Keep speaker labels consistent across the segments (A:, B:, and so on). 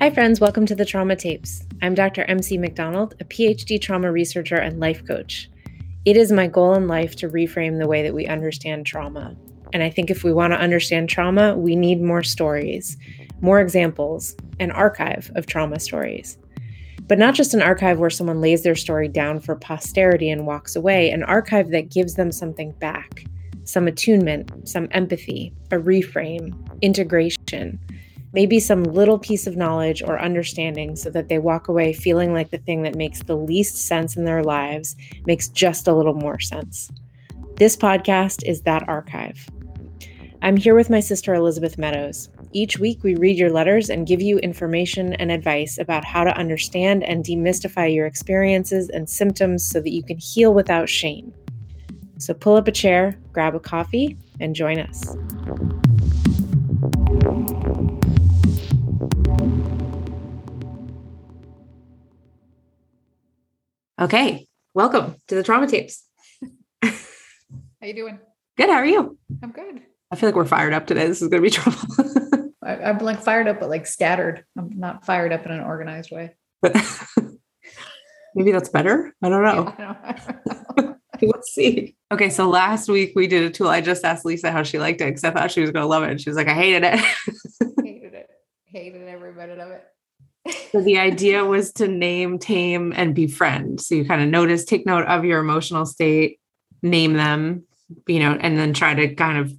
A: Hi, friends. Welcome to the Trauma Tapes. I'm Dr. MC McDonald, a PhD trauma researcher and life coach. It is my goal in life to reframe the way that we understand trauma. And I think if we want to understand trauma, we need more stories, more examples, an archive of trauma stories. But not just an archive where someone lays their story down for posterity and walks away, an archive that gives them something back some attunement, some empathy, a reframe, integration maybe some little piece of knowledge or understanding so that they walk away feeling like the thing that makes the least sense in their lives makes just a little more sense. This podcast is that archive. I'm here with my sister Elizabeth Meadows. Each week, we read your letters and give you information and advice about how to understand and demystify your experiences and symptoms so that you can heal without shame. So, pull up a chair, grab a coffee, and join us. Okay, welcome to the Trauma Tapes.
B: how you doing?
A: Good. How are you?
B: I'm good.
A: I feel like we're fired up today. This is going to be trouble.
B: I, am like fired up, but like scattered. I'm not fired up in an organized way.
A: But maybe that's better. I don't
B: Oh.
A: know. Yeah, I don't know. Let's see. Okay, so last week we did a tool. I just asked Lisa how she liked it because I thought she was going to love it, and she was like, "I hated it."
B: hated it. Hated every minute of it.
A: so the idea was to name, tame, and befriend. So you kind of notice, take note of your emotional state, name them, you know, and then try to kind of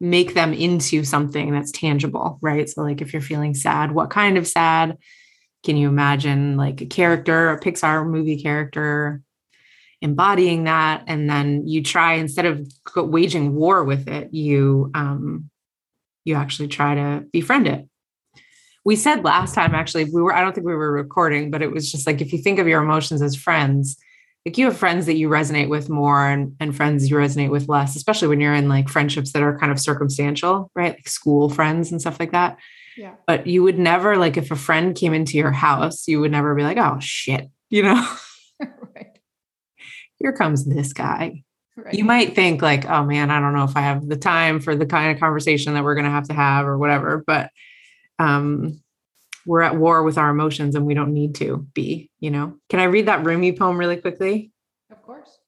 A: make them into something that's tangible, right? So, like if you're feeling sad, what kind of sad? Can you imagine like a character, a Pixar movie character embodying that? And then you try instead of waging war with it, you um, you actually try to befriend it we said last time actually we were i don't think we were recording but it was just like if you think of your emotions as friends like you have friends that you resonate with more and, and friends you resonate with less especially when you're in like friendships that are kind of circumstantial right like school friends and stuff like that
B: yeah
A: but you would never like if a friend came into your house you would never be like oh shit you know right here comes this guy right. You might think like, oh man, I don't know if I have the time for the kind of conversation that we're going to have to have or whatever, but um, we're at war with our emotions and we don't need to be, you know? Can I read that Rumi poem really quickly?
B: Of course.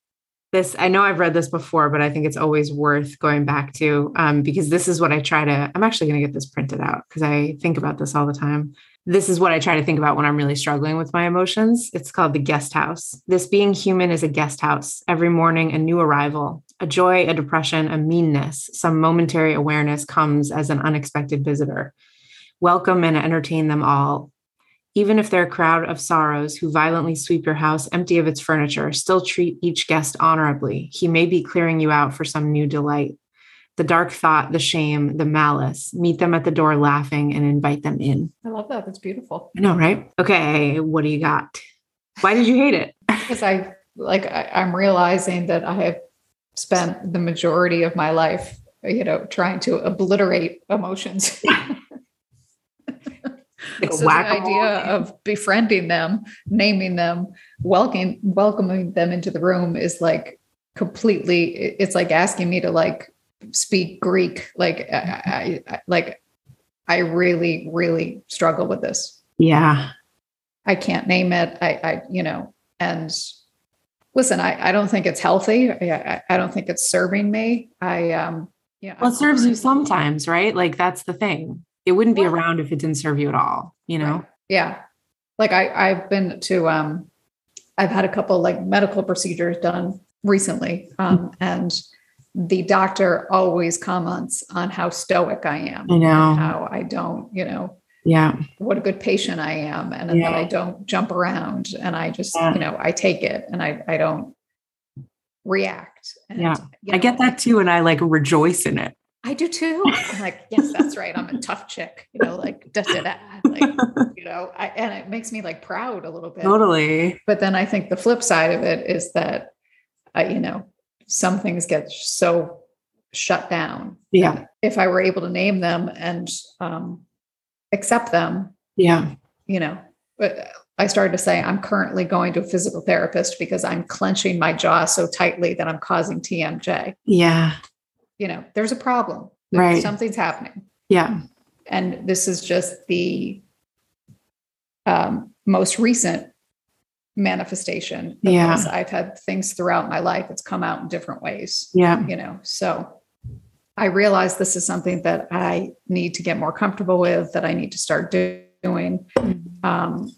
A: This, I know I've read this before, but I think it's always worth going back to um, because this is what I try to. I'm actually going to get this printed out because I think about this all the time. This is what I try to think about when I'm really struggling with my emotions. It's called The Guest House. This being human is a guest house. Every morning, a new arrival, a joy, a depression, a meanness, some momentary awareness comes as an unexpected visitor welcome and entertain them all. Even if they're a crowd of sorrows who violently sweep your house empty of its furniture, still treat each guest honorably. He may be clearing you out for some new delight. The dark thought, the shame, the malice, meet them at the door laughing and invite them in.
B: I love that. That's beautiful.
A: I know, right? Okay, what do you got? Why did you hate it?
B: because I like I, I'm realizing that I have spent the majority of my life, you know, trying to obliterate emotions. Like so the idea of befriending them, naming them, welcoming welcoming them into the room is like completely. It's like asking me to like speak Greek. Like I, I like I really really struggle with this.
A: Yeah,
B: I can't name it. I I you know and listen. I I don't think it's healthy. I I don't think it's serving me. I um. Yeah,
A: well, it serves you sometimes, right? Like that's the thing it wouldn't be around if it didn't serve you at all you know right.
B: yeah like i i've been to um i've had a couple like medical procedures done recently
A: Mm-hmm.
B: um and the doctor always comments on how stoic i am
A: you know
B: how i don't you know
A: yeah
B: what a good patient i am and, and yeah. that i don't jump around and i just yeah. you know i take it and i i don't react and,
A: yeah you know, i get that too and i like rejoice in it
B: I do too. I'm like, yes, that's right. I'm a tough chick, you know, like, da, da, da. like, you know, I, and it makes me like proud a little bit.
A: Totally.
B: But then I think the flip side of it is that, uh, you know, some things get so shut down.
A: Yeah.
B: If I were able to name them and um, accept them.
A: Yeah.
B: You know, but I started to say, I'm currently going to a physical therapist because I'm clenching my jaw so tightly that I'm causing TMJ.
A: Yeah
B: you know there's a problem
A: right
B: something's happening
A: yeah
B: and this is just the um, most recent manifestation. of
A: Yeah.
B: this. I've had things throughout my life that's come out in different ways,
A: Yeah.
B: you know. So I realize this is something that I need to get more comfortable with, that I need to start do- doing. Um,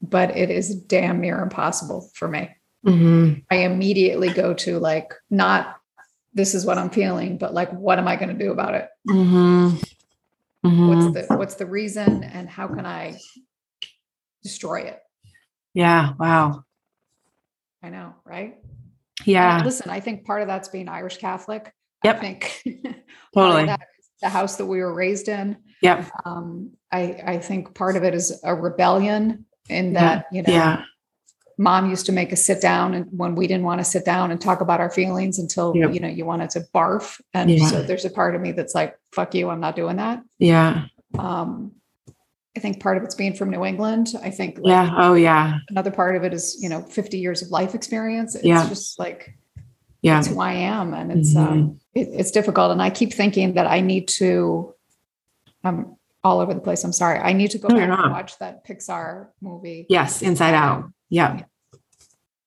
B: but it is damn near impossible for me.
A: hmm
B: I immediately go to like, not this is what I'm feeling, but like, what am I going to do about it?
A: hmm Mm-hmm.
B: What's the what's the reason, and how can I destroy it?
A: Yeah. Wow.
B: I know, right? And
A: Yeah.
B: listen, I think part of that's being Irish Catholic. I
A: Yep.
B: think part of
A: Totally.
B: that is the house that we were raised in.
A: Yep.
B: Um, I I think part of it is a rebellion in
A: Yeah.
B: that you know
A: Mm-hmm. Yeah.
B: mom used to make us sit down and when we didn't want to sit down and talk about our feelings until
A: Yep.
B: you know you wanted to barf and
A: Yeah.
B: so there's a part of me that's like fuck you i'm not doing that
A: Yeah.
B: um i think part of it's being from new england i think like,
A: Yeah. Oh, yeah.
B: another part of it is you know 50 years of life experience it's
A: Yeah.
B: just like
A: Yeah.
B: that's who i am and it's
A: Mhm.
B: um it, it's difficult and i keep thinking that i need to i'm all over the place i'm sorry i need to go
A: No,
B: back
A: you're
B: and
A: not.
B: watch that pixar movie
A: Yes. Inside out. Yep.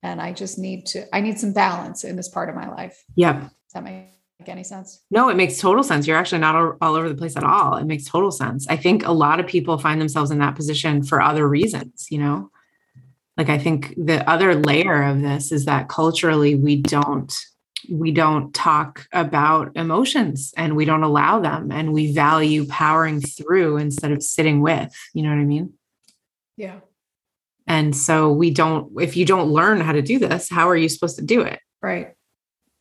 B: and I just need to I need some balance in this part of my life.
A: Yep.
B: Does that make any sense?
A: No, it makes total sense. You're actually not all, all over the place at all. It makes total sense. I think a lot of people find themselves in that position for other reasons, you know? Like I think the other layer of this is that culturally we don't we don't talk about emotions and we don't allow them and we value powering through instead of sitting with, you know what I mean?
B: Yeah.
A: And so we don't if you don't learn how to do this, how are you supposed to do it?
B: Right.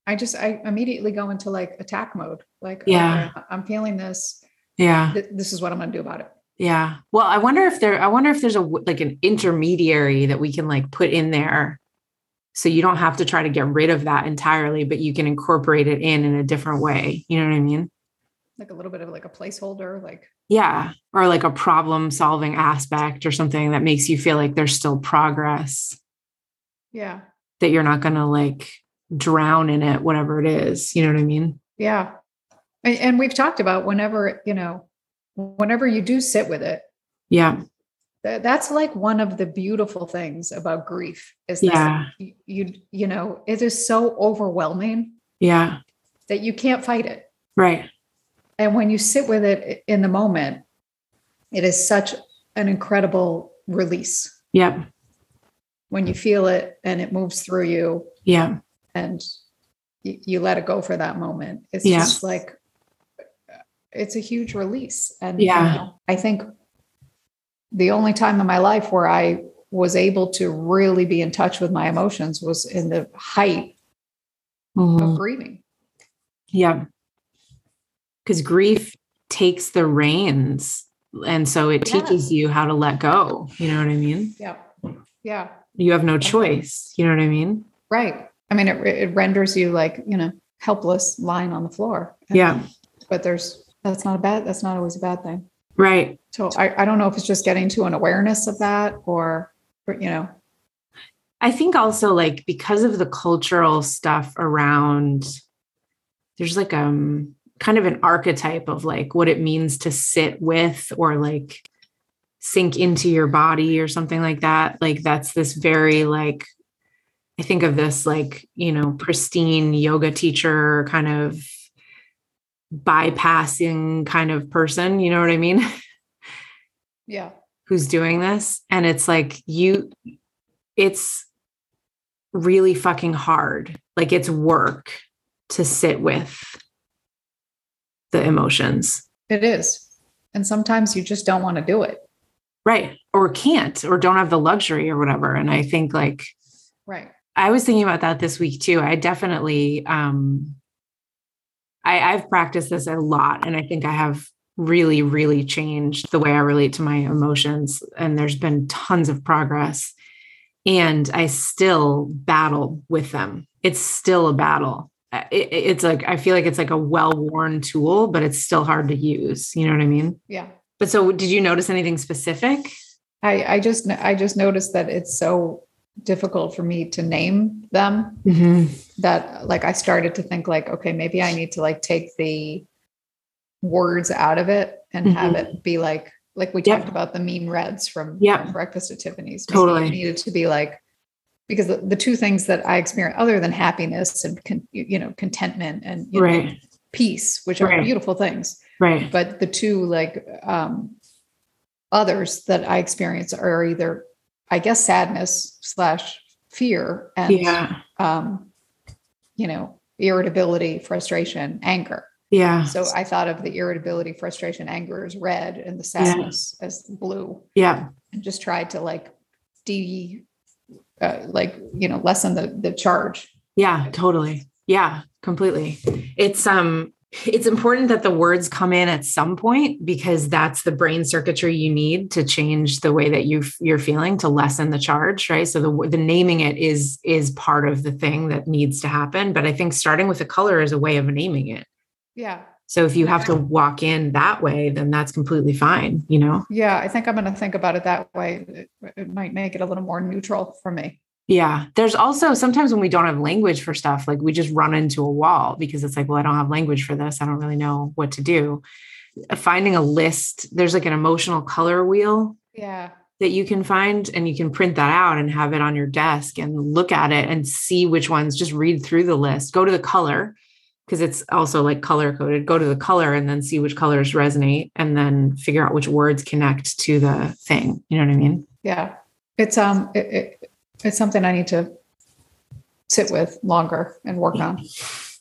B: I just I immediately go into like attack mode. Like
A: Yeah.
B: okay, I'm feeling this.
A: Yeah.
B: Th- This is what I'm going to do about it.
A: Yeah. Well, I wonder if there I wonder if there's a w- like an intermediary that we can like put in there so you don't have to try to get rid of that entirely, but you can incorporate it in in a different way. You know what I mean?
B: Like a little bit of like a placeholder like
A: Yeah. Or like a problem solving aspect or something that makes you feel like there's still progress
B: yeah.
A: that you're not going to like drown in it whatever it is. You know what I mean?
B: Yeah. And, and we've talked about whenever, you know, whenever you do sit with it,
A: Yeah.
B: Th- that's like one of the beautiful things about grief is that
A: Yeah.
B: y- you you know, it is so overwhelming
A: Yeah.
B: that you can't fight it.
A: Right.
B: And when you sit with it in the moment, it is such an incredible release
A: Yep.
B: when you feel it and it moves through you
A: Yeah.
B: and you, you let it go for that moment. It's
A: Yeah.
B: just like, it's a huge release. And
A: Yeah.
B: know, I think the only time in my life where I was able to really be in touch with my emotions was in the height of
A: Mhm.
B: grieving.
A: Yeah. Because grief takes the reins. And so it
B: Yeah.
A: teaches you how to let go. You know what I mean?
B: Yeah. Yeah.
A: You have no choice. You know what I mean?
B: Right. I mean, it, it renders you like, you know, helpless lying on the floor.
A: Yeah.
B: But there's, that's not a bad, that's not always a bad thing.
A: Right.
B: So I, I don't know if it's just getting to an awareness of that or, or, you know,
A: I think also like because of the cultural stuff around there's like um kind of an archetype of like what it means to sit with or like sink into your body or something like that like that's this very like i think of this like you know pristine yoga teacher kind of bypassing kind of person you know what i mean
B: yeah,
A: who's doing this and it's like you it's really fucking hard like it's work to sit with the emotions
B: it is. And sometimes you just don't want to do it.
A: right or can't or don't have the luxury or whatever and i think like
B: Right.
A: I was thinking about that this week too. I definitely um I I've practiced this a lot and I think I have really really changed the way I relate to my emotions and there's been tons of progress and I still battle with them. It's still a battle. I- It, it's like I feel like it's like a well-worn tool but it's still hard to use, you know what I mean?
B: Yeah.
A: But so did you notice anything specific?
B: I, I just, I just noticed that it's so difficult for me to name them
A: Mm-hmm.
B: that like, I started to think like, okay, maybe
A: Mm-hmm.
B: I need to like take the words out of it and have it be like Like we
A: Yep.
B: talked about the mean reds from,
A: Yep.
B: from Breakfast at Tiffany's. Maybe
A: Totally.
B: it needed to be like, because the, the two things that I experience other than happiness and, con, you know, contentment and you know,
A: Right.
B: peace, which are
A: Right.
B: beautiful things,
A: Right.
B: but the two like um, others that I experience are either, I guess, sadness slash fear and,
A: Yeah.
B: um, you know, irritability, frustration, anger.
A: Yeah.
B: So I thought of the irritability, frustration, anger as red and the sadness as blue,
A: Yeah.
B: and just tried to like de, uh, like you know, lessen the the charge.
A: Yeah, totally. Yeah, completely. It's um it's important that the words come in at some point because that's the brain circuitry you need to change the way that you f- you're feeling to lessen the charge, right? So the w- the naming it is is part of the thing that needs to happen, but I think starting with a color is a way of naming it.
B: Yeah,
A: So if you have to walk in that way, then that's completely fine, you know.
B: yeah. I think I'm going to think about it that way. It, it might make it a little more neutral for me.
A: Yeah. There's also sometimes when we don't have language for stuff, like we just run into a wall because it's like, well, I don't have language for this. I don't really know what to do. Uh, Finding a list, there's like an emotional color wheel
B: Yeah,
A: that you can find and you can print that out and have it on your desk and look at it and see which ones just read through the list. Go to the color because it's also like color coded. Go to the color and then see which colors resonate and then figure out which words connect to the thing. You know what I mean?
B: yeah. It's um, it, it, it's something I need to sit with longer and work on.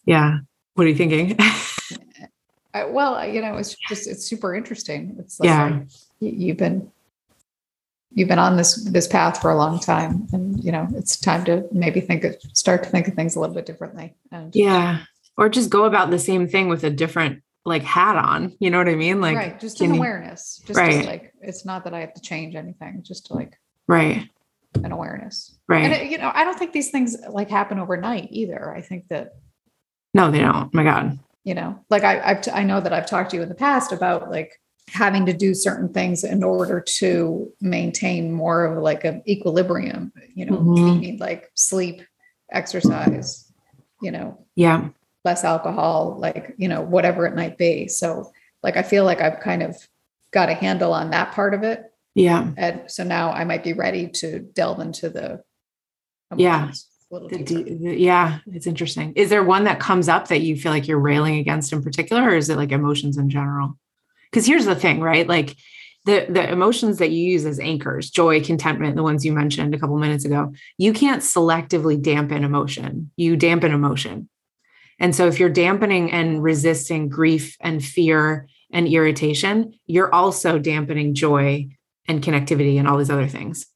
A: Yeah. What are you thinking?
B: I, well, I- you know, it's just it's super interesting. It's like,
A: Yeah.
B: y- you've been you've been on this this path for a long time, and you know, it's time to maybe think of start to think of things a little bit differently. And
A: Yeah. Or just go about the same thing with a different like hat on. You know what I mean? Like
B: right, just
A: can
B: an
A: you-
B: awareness. Just, to,
A: Right.
B: like it's not that I have to change anything. Just like
A: right,
B: an awareness.
A: right.
B: And it, you know, I don't think these things like happen overnight either. I think that
A: no, they don't. Oh my God.
B: you know like I, i've t- i know that i've talked to you in the past about like having to do certain things in order to maintain more of like an equilibrium you know
A: Mhm.
B: you need like sleep exercise you know
A: Yeah.
B: less alcohol like you know whatever it might be so like i feel like i've kind of got a handle on that part of it
A: Yeah.
B: and so now i might be ready to delve into the
A: Yeah.
B: emotions a little
A: The
B: deeper.
A: D- the- yeah. It's interesting. Is there one that comes up that you feel like you're railing against in particular, or is it like emotions in general? Because here's the thing, right? Like the the emotions that you use as anchors, joy, contentment, the ones you mentioned a couple minutes ago, you can't selectively dampen emotion. You dampen emotion. And so if you're dampening and resisting grief and fear and irritation, you're also dampening joy and connectivity and all these other things.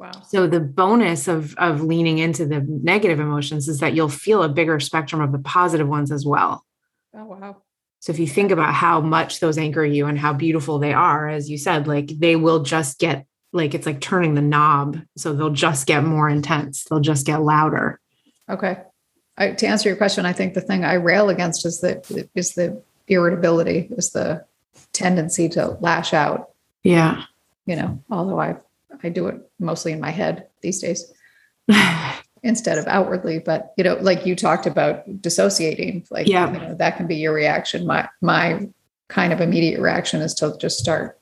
B: wow
A: So the bonus of of leaning into the negative emotions is that you'll feel a bigger spectrum of the positive ones as well.
B: oh wow
A: So if you think about how much those anchor you and how beautiful they are, as you said, like they will just get like it's like turning the knob. So they'll just get more intense. They'll just get louder.
B: Okay. I, to answer your question, I think the thing I rail against is the is the irritability, is the tendency to lash out.
A: Yeah.
B: You know, although I I do it mostly in my head these days instead of outwardly. But you know, like you talked about dissociating, like
A: Yeah.
B: you know, that can be your reaction. My my kind of immediate reaction is to just start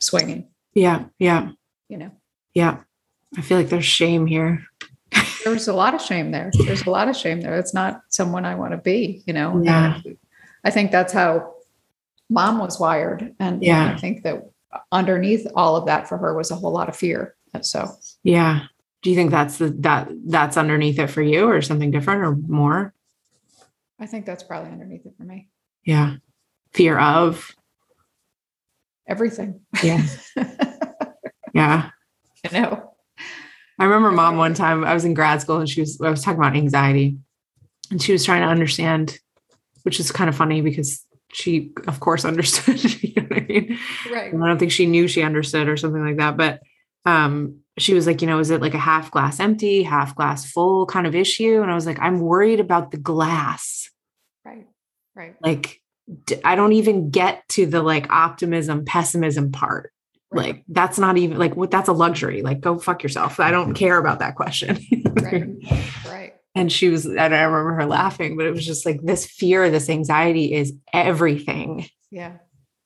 B: swinging.
A: yeah. Yeah.
B: You know,
A: Yeah. I feel like there's shame here.
B: there's a lot of shame there. There's a lot of shame there. It's not someone I want to be, you know.
A: Yeah.
B: And I think that's how mom was wired. And
A: Yeah.
B: I think that underneath all of that for her was a whole lot of fear. And so
A: Yeah. Do you think that's the that that's underneath it for you or something different or more?
B: I think that's probably underneath it for me.
A: Yeah. Fear of.
B: Everything.
A: Yeah.
B: you
A: Yeah.
B: know.
A: I remember mom one time I was in grad school and she was I was talking about anxiety and she was trying to understand, which is kind of funny because she of course understood. you know what I mean?
B: Right.
A: I don't think she knew she understood or something like that. But um she was like, you know, is it like a half glass empty, half glass full kind of issue? And I was like, I'm worried about the glass.
B: Right. Right.
A: Like d- I don't even get to the like optimism, pessimism part. Like that's not even like what that's a luxury. Like go fuck yourself. I don't care about that question.
B: Right. Right.
A: and she was and i remember her laughing but it was just like this fear this anxiety is everything
B: Yeah.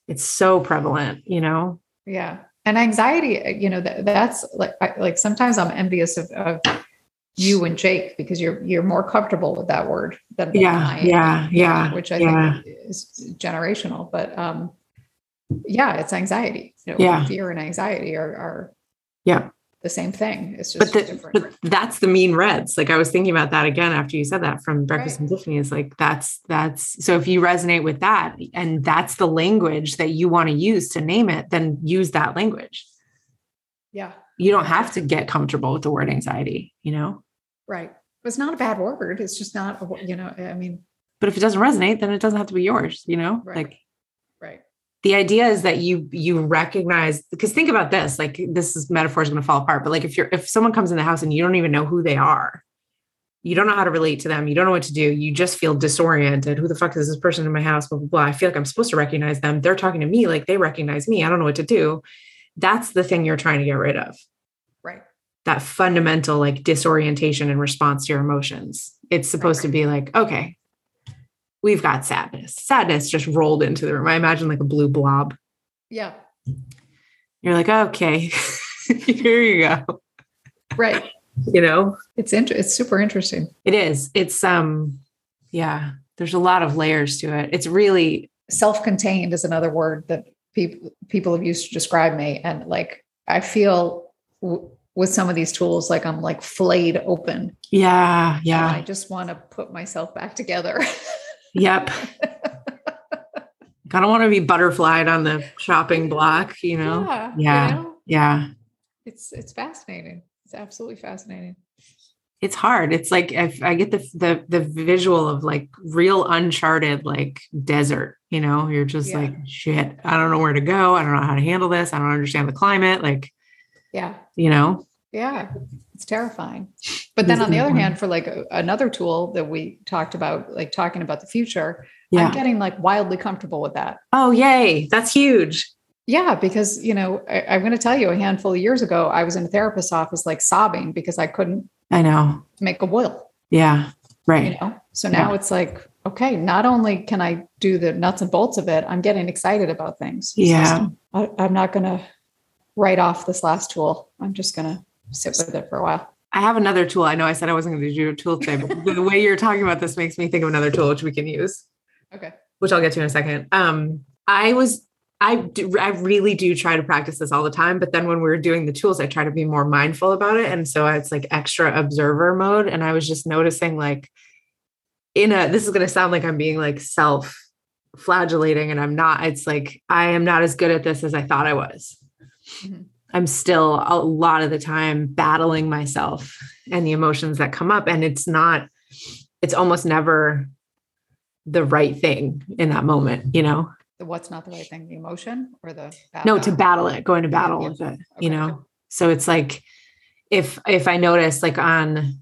A: it's so prevalent you know
B: Yeah. And anxiety, uh, you know, that, that's like, I, like sometimes I'm envious of, of you and Jake because you're, you're more comfortable with that word than than I
A: Yeah. Yeah.
B: am,
A: Yeah.
B: which I
A: yeah.
B: think is generational, but, um, yeah, it's anxiety. You know,
A: Yeah.
B: Fear and anxiety are, are
A: Yeah.
B: the same thing. It's just
A: But, the,
B: different.
A: but that's the mean reds. Like I was thinking about that again after you said that from Breakfast and
B: Right.
A: Tiffany. It's like that's that's so if you resonate with that and that's the language that you want to use to name it, then use that language.
B: yeah.
A: You don't have to get comfortable with the word anxiety, you know.
B: Right. It's not a bad word. It's just not, a, wo- you know, I mean,
A: But if it doesn't resonate, then it doesn't have to be yours, you know.
B: Right.
A: Like
B: right.
A: the idea is that you you recognize because think about this like this is metaphor is going to fall apart but like if you're if someone comes in the house and you don't even know who they are you don't know how to relate to them you don't know what to do you just feel disoriented who the fuck is this person in my house blah blah blah i feel like i'm supposed to recognize them they're talking to me like they recognize me i don't know what to do that's the thing you're trying to get rid of
B: Right.
A: that fundamental like disorientation in response to your emotions it's supposed to be like okay we've got sadness sadness just rolled into the room i imagine like a blue blob
B: Yeah.
A: you're like, okay, here you go.
B: Right.
A: You know,
B: It's inter- it's super interesting.
A: it is. It's um, yeah. There's a lot of layers to it. It's really
B: self-contained is another word that people people have used to describe me and like i feel w- with some of these tools like i'm like flayed open
A: yeah,
B: and i
A: yeah,
B: just want to put myself back together
A: yep. I don't want to be butterflied on the shopping block, you know.
B: yeah, you
A: Yeah.
B: know?
A: Yeah.
B: it's it's fascinating it's absolutely fascinating
A: It's hard. It's like I, I get the, the the visual of like real uncharted like desert. You know, you're just
B: Yeah.
A: like shit. I don't know where to go. I don't know how to handle this. I don't understand the climate. Like
B: yeah
A: you know.
B: Yeah, it's terrifying. But then
A: It's
B: on the other
A: terrifying.
B: hand, for like a, another tool that we talked about, like talking about the future,
A: Yeah.
B: I'm getting like wildly comfortable with that.
A: Oh yay! That's huge.
B: Yeah, because you know, I, I'm going to tell you, a handful of years ago, I was in a therapist's office like sobbing because I couldn't
A: I know.
B: make a will.
A: Yeah.
B: You
A: Right.
B: know, so now
A: Yeah.
B: it's like, okay, not only can I do the nuts and bolts of it, I'm getting excited about things. It's
A: Yeah.
B: just, I, I'm not going to write off this last tool. I'm just going to sit with it for a while.
A: I have another tool. I know I said I wasn't going to do a tool today, but the way you're talking about this makes me think of another tool which we can use,
B: Okay.
A: which I'll get to in a second. Um, I was, I do, I really do try to practice this all the time, but then when we were doing the tools, I try to be more mindful about it, and so it's like extra observer mode. And I was just noticing, like, in a this is going to sound like I'm being like self flagellating, and I'm not. It's like I am not as good at this as I thought I was.
B: Mhm.
A: I'm still a lot of the time battling myself and the emotions that come up. And it's not, it's almost never the right thing in that moment, you know?
B: The what's not the right thing, the emotion or the
A: No, to
B: uh,
A: battle it, going to battle
B: yeah.
A: with it, you
B: Okay.
A: know? So it's like if if I notice like on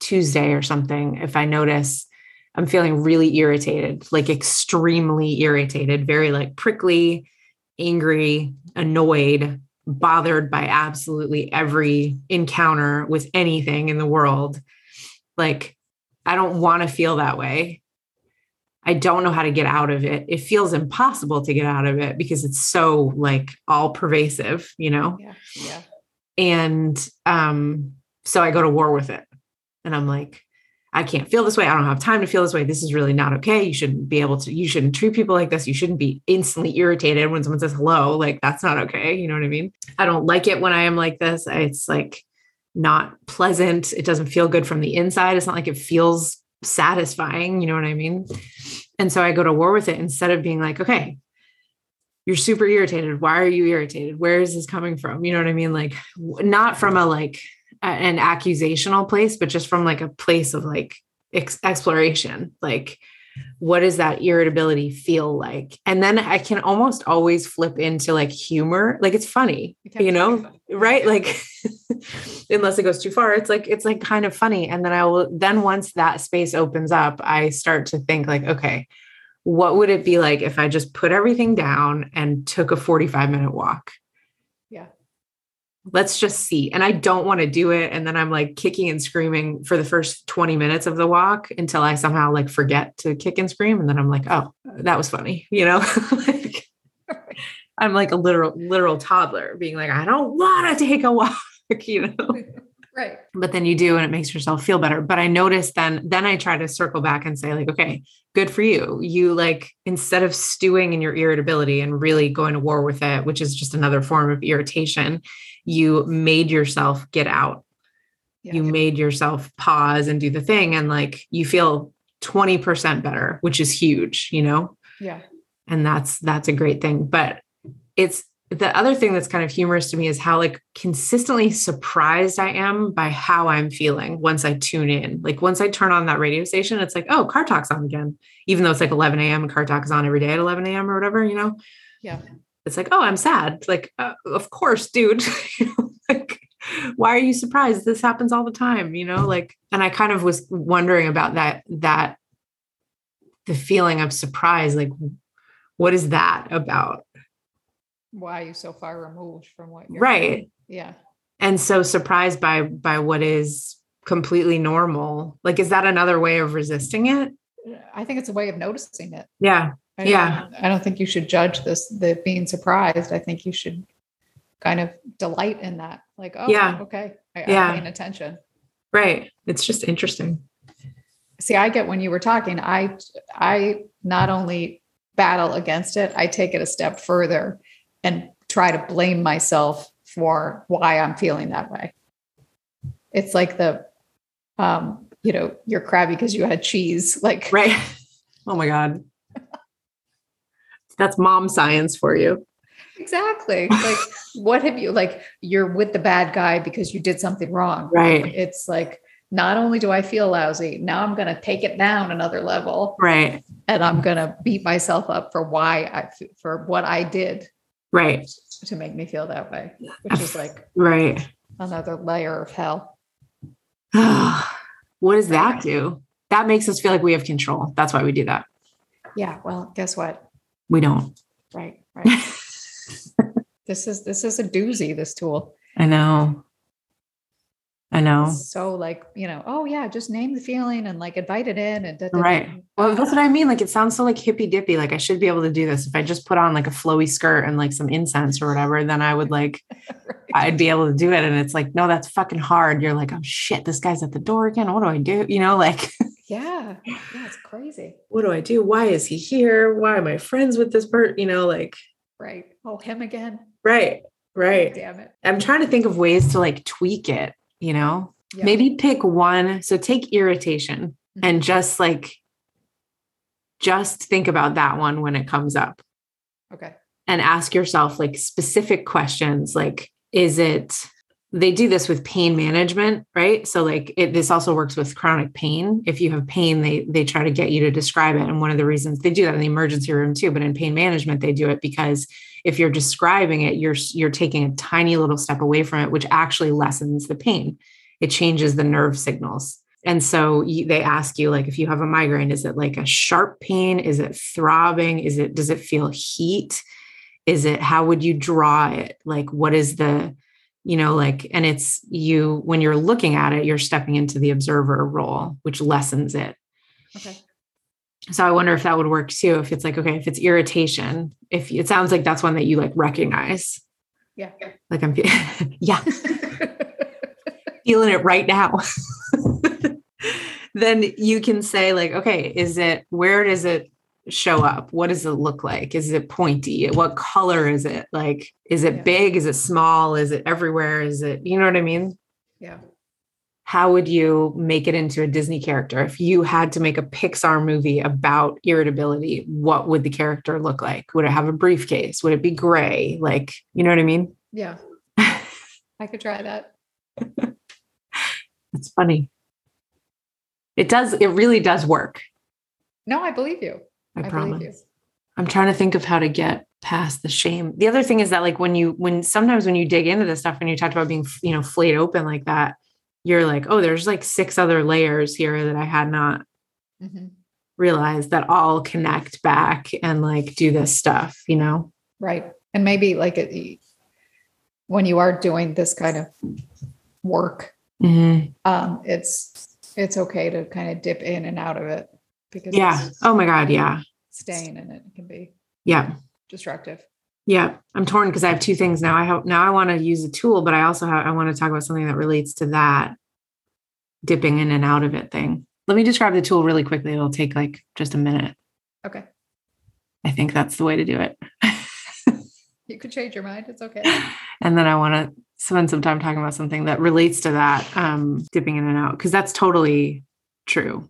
A: Tuesday or something, if I notice I'm feeling really irritated, like extremely irritated, very like prickly, angry, annoyed, bothered by absolutely every encounter with anything in the world. Like I don't want to feel that way. I don't know how to get out of it. It feels impossible to get out of it because it's so like all pervasive, you know?
B: Yeah, yeah,
A: and um so i go to war with it and i'm like i can't feel this way i don't have time to feel this way this is really not okay you shouldn't be able to you shouldn't treat people like this you shouldn't be instantly irritated when someone says hello like that's not okay you know what i mean i don't like it when i am like this it's like not pleasant it doesn't feel good from the inside it's not like it feels satisfying you know what i mean and so i go to war with it instead of being like okay you're super irritated why are you irritated where is this coming from you know what i mean like w- not from a like a- an accusational place but just from like a place of like ex- exploration like what does that irritability feel like and then i can almost always flip into like humor like it's funny
B: can
A: you
B: be
A: know
B: funny.
A: right like unless it goes too far it's like it's like kind of funny and then i will then once that space opens up i start to think like okay what would it be like if i just put everything down and took a 45 minute walk
B: Yeah.
A: let's just see and i don't want to do it and then i'm like kicking and screaming for the first 20 minutes of the walk until i somehow like forget to kick and scream and then i'm like oh that was funny you know like I'm like a literal literal toddler being like, I don't want to take a walk, you know.
B: Right.
A: But then you do and it makes yourself feel better. But I notice then then I try to circle back and say like, okay, good for you. You like instead of stewing in your irritability and really going to war with it, which is just another form of irritation, you made yourself get out.
B: Yeah.
A: You made yourself pause and do the thing and like you feel 20% better, which is huge, you know?
B: Yeah.
A: and that's that's a great thing but it's the other thing that's kind of humorous to me is how like consistently surprised i am by how i'm feeling once i tune in like once i turn on that radio station it's like oh car talk's on again even though it's like 11 a.m and car talk is on every day at 11 a.m or whatever you know
B: Yeah.
A: it's like oh i'm sad It's like uh, of course dude You know, like why are you surprised this happens all the time you know like and i kind of was wondering about that that the feeling of surprise like what is that about
B: Why are you so far removed from what you're
A: right
B: Yeah.
A: and so surprised by by what is completely normal like is that another way of resisting it
B: I think it's a way of noticing it.
A: yeah
B: I
A: Yeah.
B: Don't, I don't think you should judge this, the being surprised. I think you should kind of delight in that. Like, oh,
A: Yeah.
B: okay. I,
A: Yeah.
B: I'm paying attention.
A: right it's just interesting
B: See, I get when you were talking, I, I not only battle against it, I take it a step further and try to blame myself for why I'm feeling that way. It's like the, um, you know, you're crabby because you had cheese. Like,
A: right oh my god that's mom science for you
B: Exactly. Like, what have you, like, you're with the bad guy because you did something wrong.
A: right
B: It's like, not only do I feel lousy, now I'm going to take it down another level
A: right
B: and I'm going to beat myself up for why I, for what I did
A: right
B: to make me feel that way, which is like
A: right
B: another layer of hell.
A: what does that do that makes us feel like we have control that's why we do that
B: Yeah. Well, guess what?
A: we don't
B: Right. Right. this is, this is a doozy, this tool.
A: i know i know
B: So, like, you know, oh, yeah, just name the feeling and like invite it in and da, da, da.
A: Right. Well, that's what I mean. Like it sounds so like hippy dippy. Like I should be able to do this. If I just put on like a flowy skirt and like some incense or whatever, then I would like I'd be able to do it. And it's like, no, that's fucking hard. You're like, oh shit, this guy's at the door again. What do I do? You know, like
B: Yeah. Yeah. It's crazy.
A: what do I do? Why is he here? Why am I friends with this person? You know, like
B: Right. Oh, him again. Oh,
A: right,
B: Damn it.
A: I'm trying to think of ways to like tweak it, you know?
B: Yeah.
A: Maybe pick one. So take irritation
B: Mhm.
A: and just like just think about that one when it comes up.
B: Okay.
A: and ask yourself like specific questions like is it they do this with pain management right so like it, this also works with chronic pain if you have pain they they try to get you to describe it and one of the reasons they do that in the emergency room too but in pain management they do it because if you're describing it you're you're taking a tiny little step away from it which actually lessens the pain it changes the nerve signals and so you, they ask you like if you have a migraine is it like a sharp pain is it throbbing is it does it feel heat is it how would you draw it like what is the you know like and it's you when you're looking at it you're stepping into the observer role which lessens it
B: Okay.
A: so i wonder if that would work too if it's like okay if it's irritation if it sounds like that's one that you like recognize
B: Yeah.
A: like i'm fe- yeah feeling it right now then you can say like okay is it where does it show up what does it look like is it pointy what color is it like is it
B: Yeah.
A: big is it small is it everywhere is it you know what i mean
B: yeah.
A: how would you make it into a disney character if you had to make a pixar movie about irritability what would the character look like would it have a briefcase would it be gray like you know what i mean
B: Yeah. I could try that.
A: That's funny. It does, it really does work.
B: No, I believe you.
A: I,
B: I,
A: promise.
B: believe you.
A: I'm trying to think of how to get past the shame. The other thing is that like when you when sometimes when you dig into this stuff and you talked about being, you know, flayed open like that, you're like, oh, there's like six other layers here that I had not
B: Mhm.
A: realized that all connect back and like do this stuff, you know?
B: Right. And maybe like it, when you are doing this kind of work,
A: Mhm.
B: um, it's it's okay to kind of dip in and out of it because
A: Yeah.
B: it's-
A: Oh my God. Yeah.
B: staying in it can be
A: Yeah.
B: destructive.
A: Yeah, I'm torn because I have two things now. I hope now I want to use a tool, but I also have I want to talk about something that relates to that dipping in and out of it thing. Let me describe the tool really quickly. It'll take like just a minute.
B: Okay.
A: I think that's the way to do it.
B: You could change your mind. It's okay.
A: and then I want to spend some time talking about something that relates to that um, dipping in and out because that's totally true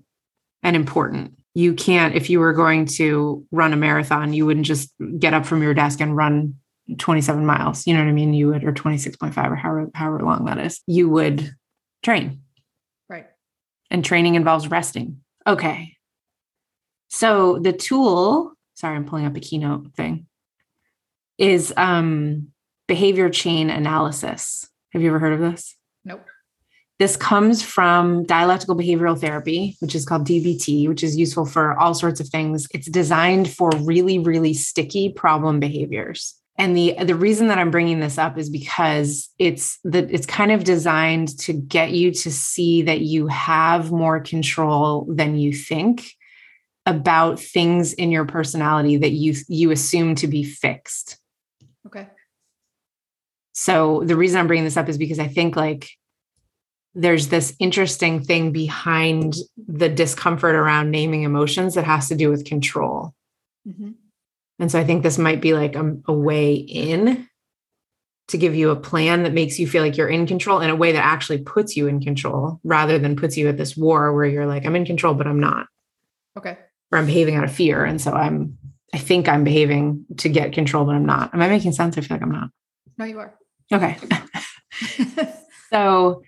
A: and important. You can't, if you were going to run a marathon, you wouldn't just get up from your desk and run 27 miles. You know what I mean? You would, or 26.5 or however, however long that is. You would train.
B: Right.
A: And training involves resting. Okay. So the tool, sorry, I'm pulling up a keynote thing, is um, behavior chain analysis. Have you ever heard of this?
B: Nope.
A: This comes from dialectical behavioral therapy, which is called DBT, which is useful for all sorts of things. It's designed for really, really sticky problem behaviors. And the the reason that I'm bringing this up is because it's the it's kind of designed to get you to see that you have more control than you think about things in your personality that you you assume to be fixed.
B: Okay.
A: So the reason I'm bringing this up is because I think like there's this interesting thing behind the discomfort around naming emotions that has to do with control.
B: Mm-hmm.
A: And so I think this might be like a, a way in to give you a plan that makes you feel like you're in control in a way that actually puts you in control rather than puts you at this war where you're like, I'm in control, but I'm not,
B: Okay.
A: or I'm behaving out of fear. And so I'm, I think I'm behaving to get control, but I'm not. Am I making sense? I feel like I'm not.
B: No, you are.
A: Okay. Mm-hmm. So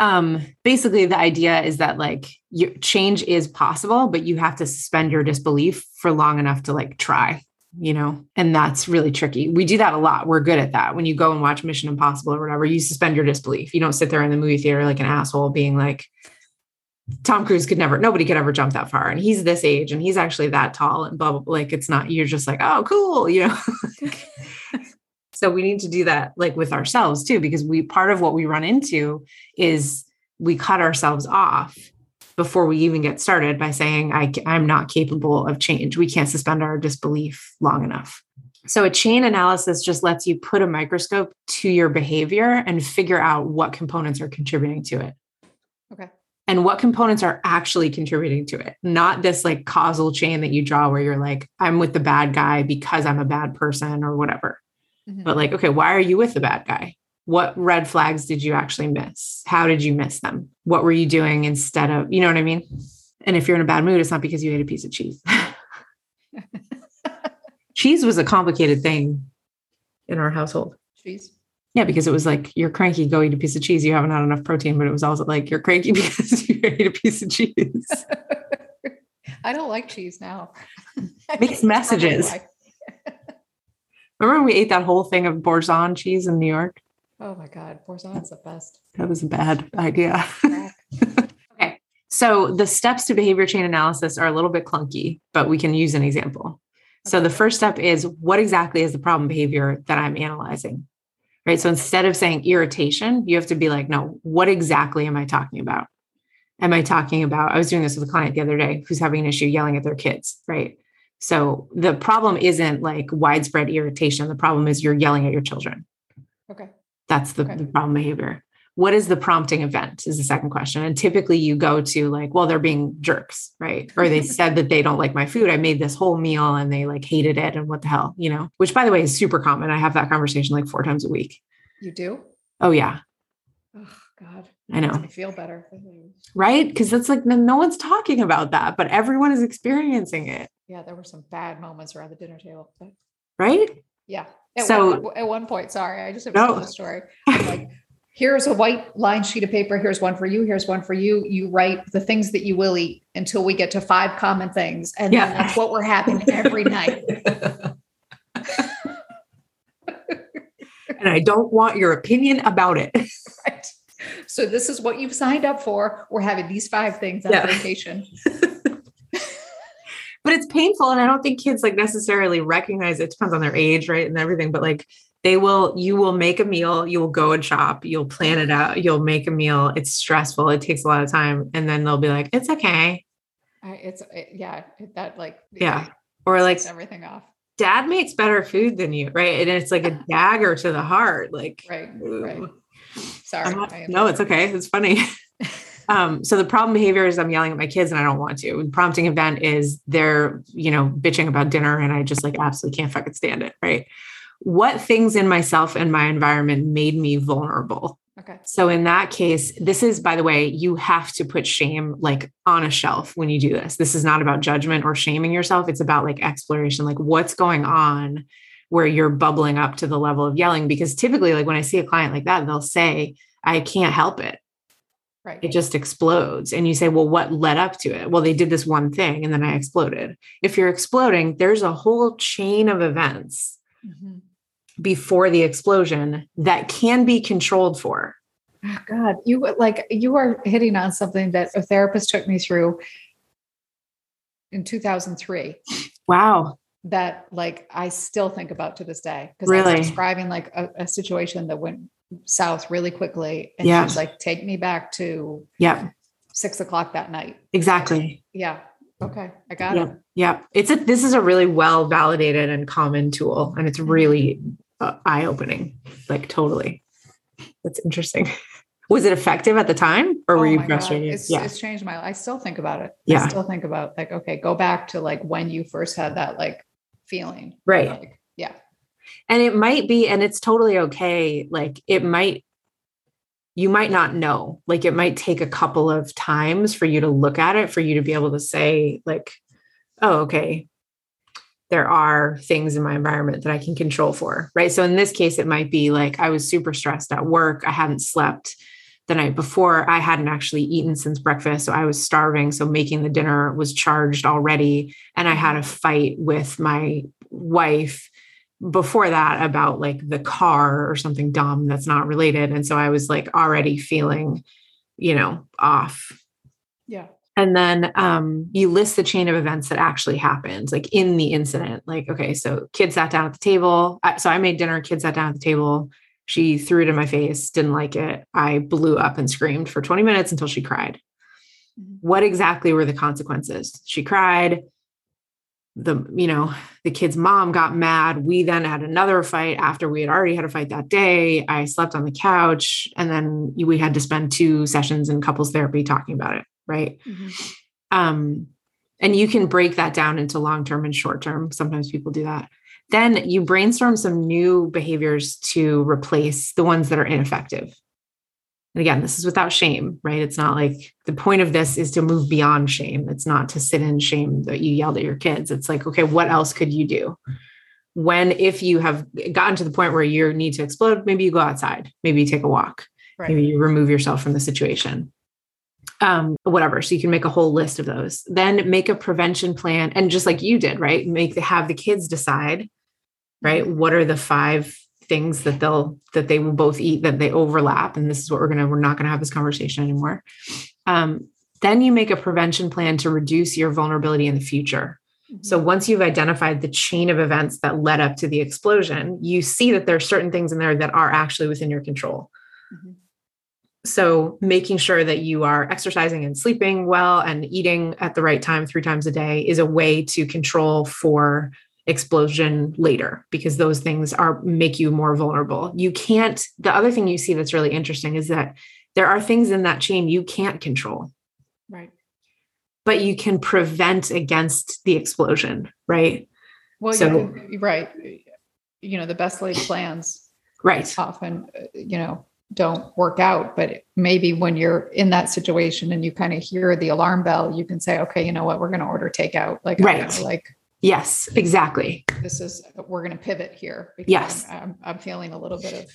A: um basically the idea is that like your change is possible, but you have to suspend your disbelief for long enough to like try, you know, and that's really tricky. We do that a lot. We're good at that. When you go and watch Mission Impossible or whatever, you suspend your disbelief. You don't sit there in the movie theater like an asshole being like, Tom Cruise could never, nobody could ever jump that far. And he's this age and he's actually that tall and blah, blah, blah. Like it's not, you're just like, oh, cool, you know? so we need to do that like with ourselves too, because we, part of what we run into is we cut ourselves off before we even get started by saying, I, am not capable of change. We can't suspend our disbelief long enough. So a chain analysis just lets you put a microscope to your behavior and figure out what components are contributing to it
B: okay.
A: and what components are actually contributing to it not this like causal chain that you draw where you're like i'm with the bad guy because i'm a bad person or whatever
B: Mhm.
A: but like okay why are you with the bad guy what red flags did you actually miss how did you miss them what were you doing instead of you know what i mean and if you're in a bad mood it's not because you ate a piece of cheese cheese was a complicated thing in our household
B: Jeez.
A: yeah, because it was like you're cranky, go eat a piece of cheese. You haven't had enough protein, but it was also like you're cranky because you ate a piece of cheese.
B: I don't like cheese now.
A: Mixed messages. Remember when we ate that whole thing of Borjan cheese in New York?
B: Oh my God. Boursin is the best.
A: That was a bad idea.
B: Crack.
A: okay. So the steps to behavior chain analysis are a little bit clunky, but we can use an example. So the first step is what exactly is the problem behavior that I'm analyzing? Right. So instead of saying irritation, you have to be like, no, what exactly am I talking about? Am I talking about? I was doing this with a client the other day who's having an issue yelling at their kids. Right. So the problem isn't like widespread irritation. The problem is you're yelling at your children.
B: Okay.
A: That's the,
B: Okay.
A: the problem behavior. What is the prompting event? Is the second question. And typically you go to like, well, they're being jerks, right? Or they said that they don't like my food. I made this whole meal and they like hated it. And what the hell, you know, which by the way is super common. I have that conversation like four times a week.
B: You do?
A: Oh, yeah.
B: Oh God.
A: I
B: Makes
A: know.
B: me feel better.
A: Right. Cause that's like, no no one's talking about that, but everyone is experiencing it.
B: Yeah, there were some bad moments around the dinner table. But
A: Right.
B: yeah. At
A: So-
B: one, at one point, sorry, I just have
A: No.
B: a story. I'm like, here's a white line sheet of paper. Here's one for you. Here's one for you. You write the things that you will eat until we get to five common things, and
A: Yeah.
B: then that's what we're having every night.
A: And I don't want your opinion about it.
B: Right. So this is what you've signed up for. We're having these five things on
A: Yeah.
B: vacation.
A: but it's painful and i don't think kids like necessarily recognize it. it depends on their age right and everything but like they will you will make a meal you will go and shop you'll plan it out you'll make a meal it's stressful it takes a lot of time and then they'll be like it's okay
B: I, it's it, yeah, it- that like
A: Yeah. or like
B: takes everything off.
A: dad makes better food than you, right? And it's like a dagger to the heart. Like,
B: Right.
A: ooh.
B: Right. Sorry.
A: I'm
B: I
A: not,
B: am-
A: no, it's okay. It's funny. um, so the problem behavior is I'm yelling at my kids and I don't want to. And prompting event is they're, you know, bitching about dinner and I just like absolutely can't fucking stand it. Right. What things in myself and my environment made me vulnerable?
B: Okay.
A: So in that case, this is by the way, you have to put shame like on a shelf when you do this. This is not about judgment or shaming yourself. It's about like exploration, like what's going on where you're bubbling up to the level of yelling because typically like when I see a client like that, they'll say, "I can't help it."
B: Right.
A: It just explodes. And you say, "Well, what led up to it?" Well, they did this one thing and then I exploded. If you're exploding, there's a whole chain of events
B: Mhm.
A: before the explosion that can be controlled for.
B: Oh, God, you were- like you are hitting on something that a therapist took me through in 2003
A: Wow.
B: that like I still think about to this day because I
A: Really?
B: was describing like a, a situation that went south really quickly and
A: Yeah.
B: she was like take me back to
A: Yep,
B: six o'clock that night
A: exactly.
B: yeah okay I got it
A: Yep. It's a this is a really well validated and common tool and it's
B: Mm-hmm.
A: really uh, eye opening. Like totally. That's interesting. Was it effective at the time or were
B: Oh
A: you
B: my God.
A: frustrated?
B: It's,
A: Yeah.
B: it's changed my life. I still think about it. I
A: Yeah.
B: still think about like, okay, go back to like when you first had that like feeling.
A: Right.
B: Like, yeah.
A: And it might be and it's totally okay. Like it might you might not know. Like it might take a couple of times for you to look at it for you to be able to say like oh, okay, there are things in my environment that I can control for, right? So in this case, it might be like I was super stressed at work. I hadn't slept the night before. I hadn't actually eaten since breakfast. So I was starving. So making the dinner was charged already. And I had a fight with my wife before that about like the car or something dumb that's not related. And so I was like already feeling, you know, off
B: Yeah.
A: and then um, you list the chain of events that actually happened, like in the incident. Like, okay, so kid sat down at the table. I, so I made dinner. Kid sat down at the table. She threw it in my face. Didn't like it. I blew up and screamed for 20 minutes until she cried.
B: Mhm.
A: What exactly were the consequences? She cried. The you know the kid's mom got mad. We then had another fight after we had already had a fight that day. I slept on the couch, and then we had to spend two sessions in couples therapy talking about it. Right
B: Mm-hmm.
A: um, and you can break that down into long term and short term sometimes people do that then you brainstorm some new behaviors to replace the ones that are ineffective and again this is without shame right it's not like the point of this is to move beyond shame it's not to sit in shame that you yelled at your kids it's like okay what else could you do when if you have gotten to the point where you need to explode maybe you go outside maybe you take a walk
B: Right.
A: maybe you remove yourself from the situation um, whatever. So you can make a whole list of those. Then make a prevention plan, and just like you did, right? Make the, have the kids decide, right? What are the five things that they'll that they will both eat that they overlap, and this is what we're gonna we're not gonna have this conversation anymore. Um, then you make a prevention plan to reduce your vulnerability in the future.
B: Mm-hmm.
A: So once you've identified the chain of events that led up to the explosion, you see that there are certain things in there that are actually within your control.
B: Mhm.
A: So, making sure that you are exercising and sleeping well and eating at the right time three times a day is a way to control for explosion later because those things are make you more vulnerable. You can't the other thing you see that's really interesting is that there are things in that chain you can't control,
B: right.
A: but you can prevent against the explosion, right?
B: Well,
A: So-
B: you can, right. You know, the best laid plans
A: Right.
B: often, uh, you know, don't work out, but maybe when you're in that situation and you kind of hear the alarm bell, you can say, okay, you know what, we're going to order takeout. Like, I don't
A: Right.
B: know, like
A: Yes, exactly.
B: this is, we're going to pivot here. because
A: Yes.
B: I'm, I'm, I'm feeling a little bit of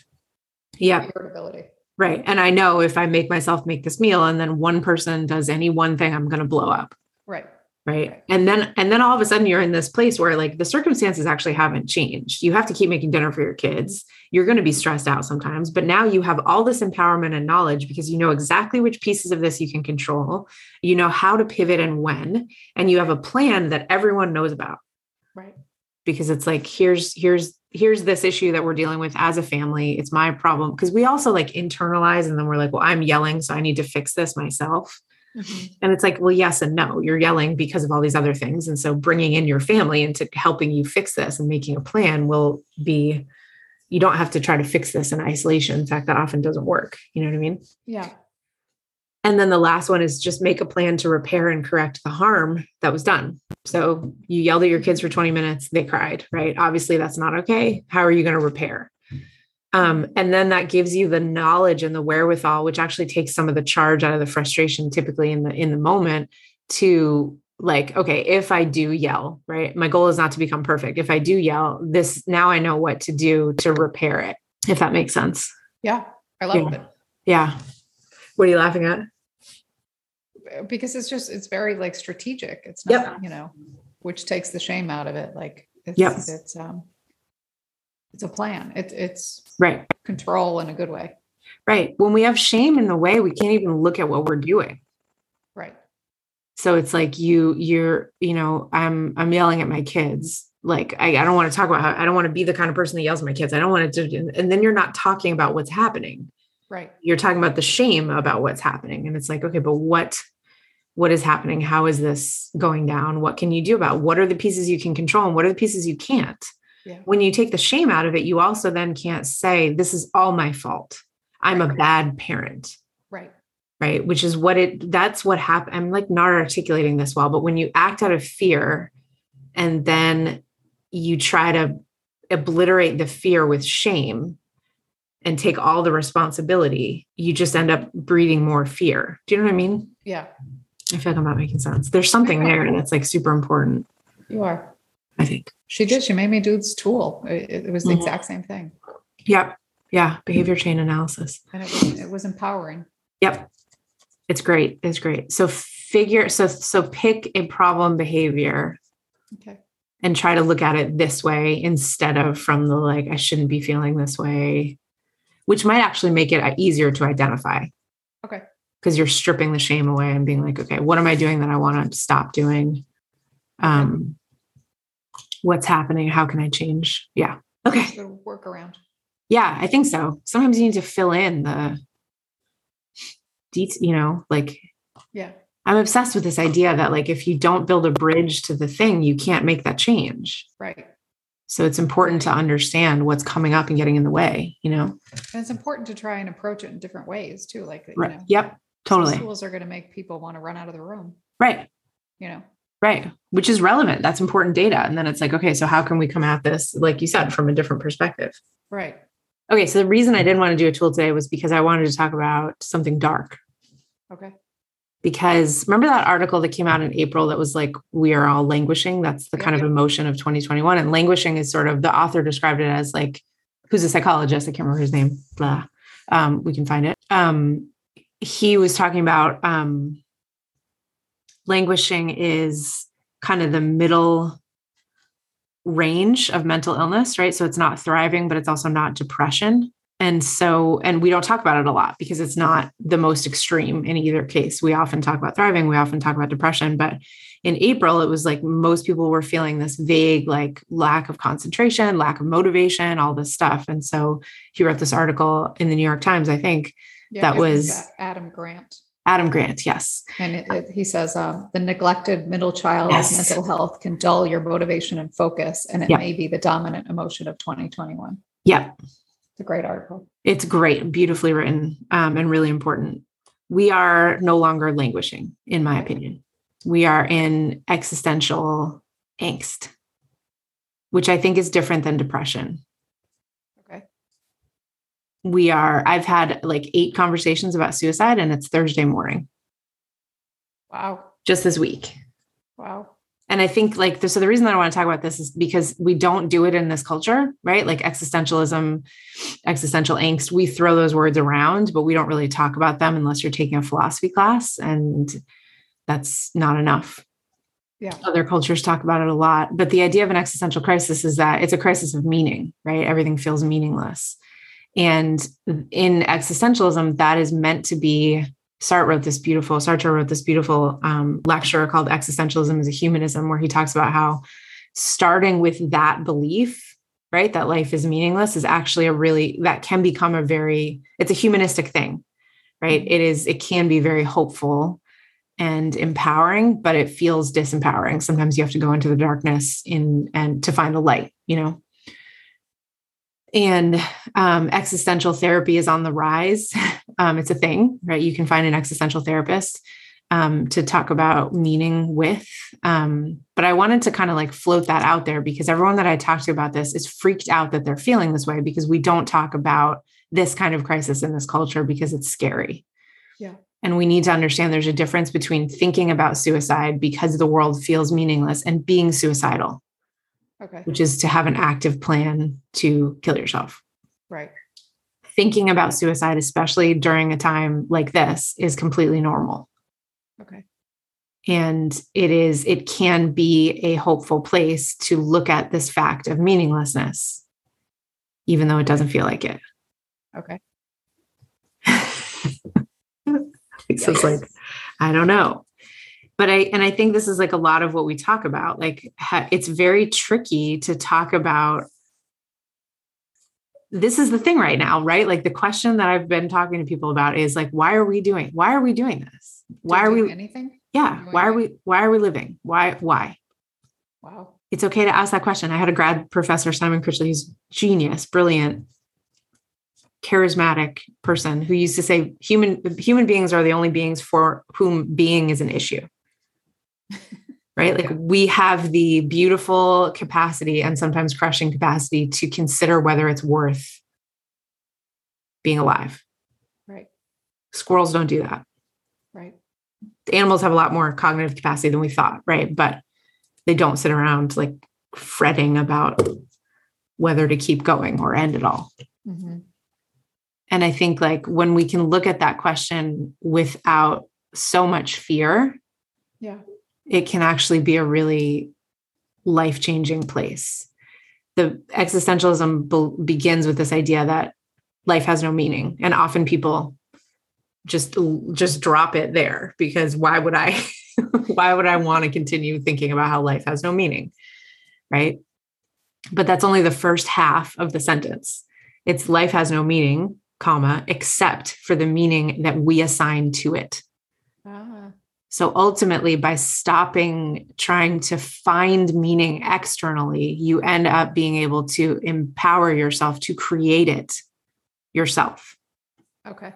A: Yep.
B: irritability.
A: Right. And I know if I make myself make this meal and then one person does any one thing, I'm going to blow up.
B: Right. Right.
A: Right. And then, and then all of a sudden you're in this place where like the circumstances actually haven't changed. You have to keep making dinner for your kids. You're going to be stressed out sometimes, but now you have all this empowerment and knowledge because you know exactly which pieces of this you can control. You know how to pivot and when, and you have a plan that everyone knows about
B: Right.
A: because it's like here's here's here's this issue that we're dealing with as a family it's my problem because we also like internalize and then we're like well i'm yelling so i need to fix this myself Mm-hmm. And it's like, well, yes and no. You're yelling because of all these other things. And so bringing in your family into helping you fix this and making a plan will be, you don't have to try to fix this in isolation. In fact, that often doesn't work. You know what I mean?
B: Yeah.
A: And then the last one is just make a plan to repair and correct the harm that was done. So you yelled at your kids for 20 minutes, they cried, right? Obviously, that's not okay. How are you going to repair? Um, and then that gives you the knowledge and the wherewithal, which actually takes some of the charge out of the frustration typically in the in the moment to like, okay, if I do yell, right? My goal is not to become perfect. If I do yell, this now I know what to do to repair it, if that makes sense.
B: Yeah. I love
A: Yeah.
B: it.
A: Yeah. What are you laughing at?
B: uh, because it's just it's very like strategic. It's
A: Yep.
B: not you know, which takes the shame out of it. Like it's
A: Yep.
B: it's um it's a plan. It's it's
A: Right.
B: control in a good way.
A: Right. When we have shame in the way, we can't even look at what we're doing.
B: Right.
A: So it's like you, you're, you know, I'm, I'm yelling at my kids. Like I, I don't want to talk about how I don't want to be the kind of person that yells at my kids. I don't want to do, and then you're not talking about what's happening.
B: Right.
A: You're talking about the shame about what's happening. And it's like, okay, but what, what is happening? How is this going down? What can you do about? it? What are the pieces you can control and what are the pieces you can't?
B: Yeah.
A: When you take the shame out of it, you also then can't say, this is all my fault. I'm a bad parent
B: Right.
A: right which is what it that's what happened i'm like not articulating this well but when you act out of fear and then you try to obliterate the fear with shame and take all the responsibility you just end up breeding more fear do you know what i mean
B: Yeah.
A: i feel like i'm not making sense there's something there that's like super important
B: You are.
A: i think
B: She did. She made me do this tool. It, it- it was the
A: Mhm.
B: exact same thing,
A: yep yeah behavior chain analysis
B: and it was it was empowering.
A: Yep. It's great. It's great. So figure so so pick a problem behavior.
B: Okay.
A: And try to look at it this way instead of from the like I shouldn't be feeling this way, which might actually make it uh, easier to identify.
B: Okay.
A: Cuz you're stripping the shame away and being like, okay, what am I doing that I want to stop doing? Um what's happening? How can I change? Yeah. Okay.
B: Good workaround.
A: Yeah, I think so. Sometimes you need to fill in the detail, you know, like
B: Yeah.
A: I'm obsessed with this idea that like if you don't build a bridge to the thing, you can't make that change.
B: Right.
A: So it's important to understand what's coming up and getting in the way, you know?
B: And it's important to try and approach it in different ways too. Like you
A: Right.
B: know,
A: Yep.
B: some
A: Totally.
B: tools are going to make people want to run out of the room.
A: Right.
B: You know.
A: Right. Which is relevant. That's important data. And then it's like, okay, so how can we come at this, like you said, from a different perspective?
B: Right.
A: Okay. So the reason I didn't want to do a tool today was because I wanted to talk about something dark.
B: Okay.
A: because remember that article that came out in April that was like, we are all languishing. That's the kind of
B: Yeah.
A: emotion of 2021. And languishing is sort of the author described it as like, who's a psychologist? I can't remember his name. Blah. Um, we can find it. Um, he was talking about um, languishing is kind of the middle range of mental illness, right? So it's not thriving, but it's also not depression. And so, and we don't talk about it a lot because it's not the most extreme in either case. We often talk about thriving, we often talk about depression, but in April, it was like most people were feeling this vague, like lack of concentration, lack of motivation, all this stuff. And so he wrote this article in the New York Times, I think.
B: Yeah,
A: That
B: it uh,
A: was-
B: Adam Grant.
A: Adam Grant, yes.
B: And it, it, he says um, the neglected middle child's
A: Yes.
B: mental health can dull your motivation and focus, and it
A: Yeah.
B: may be the dominant emotion of 2021.
A: Yep.
B: It's a great article.
A: It's great, beautifully written, um, and really important. We are no longer languishing, in my opinion. We are in existential angst, which I think is different than depression.
B: Okay.
A: We are, I've had like eight conversations about suicide, and it's Thursday morning
B: Wow.
A: just this week.
B: Wow.
A: And I think like the, so the reason that I want to talk about this is because we don't do it in this culture, right? Like existentialism, existential angst, we throw those words around, but we don't really talk about them unless you're taking a philosophy class and that's not enough.
B: Yeah.
A: Other cultures talk about it a lot, but the idea of an existential crisis is that it's a crisis of meaning, right? Everything feels meaningless. And in existentialism, that is meant to be Sartre wrote this beautiful, Sartre wrote this beautiful um, lecture called Existentialism as a Humanism, where he talks about how starting with that belief, right, that life is meaningless is actually a really, that can become a very, it's a humanistic thing, right? It is, it can be very hopeful and empowering, but it feels disempowering. Sometimes you have to go into the darkness in and to find the light, you know. And um, existential therapy is on the rise. Um, it's a thing, right? You can find an existential therapist um, to talk about meaning with. Um, but I wanted to kind of like float that out there because everyone that I talk to about this is freaked out that they're feeling this way because we don't talk about this kind of crisis in this culture because it's scary.
B: Yeah.
A: And we need to understand there's a difference between thinking about suicide because the world feels meaningless and being suicidal,
B: Okay.
A: which is to have an active plan to kill yourself.
B: Right.
A: Thinking about suicide, especially during a time like this, is completely normal.
B: Okay.
A: And it is, it can be a hopeful place to look at this fact of meaninglessness, even though it doesn't feel like it.
B: Okay.
A: So it's like, I don't know. But I, and I think this is like a lot of what we talk about. Like, ha, it's very tricky to talk about. This is the thing right now, right? Like, the question that I've been talking to people about is like, why are we doing, why are we doing this? Why
B: Did
A: are
B: you do
A: we,
B: anything?
A: yeah, why are we, why are we living? Why, why?
B: Wow.
A: it's okay to ask that question. I had a grad professor, Simon Critchley, who's genius, brilliant, charismatic person who used to say human human beings are the only beings for whom being is an issue. Right? Like we have the beautiful capacity and sometimes crushing capacity to consider whether it's worth being alive.
B: Right.
A: Squirrels don't do that
B: Right.
A: animals have a lot more cognitive capacity than we thought, right? But they don't sit around like fretting about whether to keep going or end it all. Mm-hmm.
B: Mhm.
A: And I think like when we can look at that question without so much fear,
B: Yeah.
A: it can actually be a really life changing place. The existentialism be- begins with this idea that life has no meaning, and often people just just drop it there because why would I why would I want to continue thinking about how life has no meaning, right? But that's only the first half of the sentence. It's life has no meaning, comma, except for the meaning that we assign to it.
B: Ah.
A: So ultimately, by stopping trying to find meaning externally, you end up being able to empower yourself to create it yourself.
B: Okay.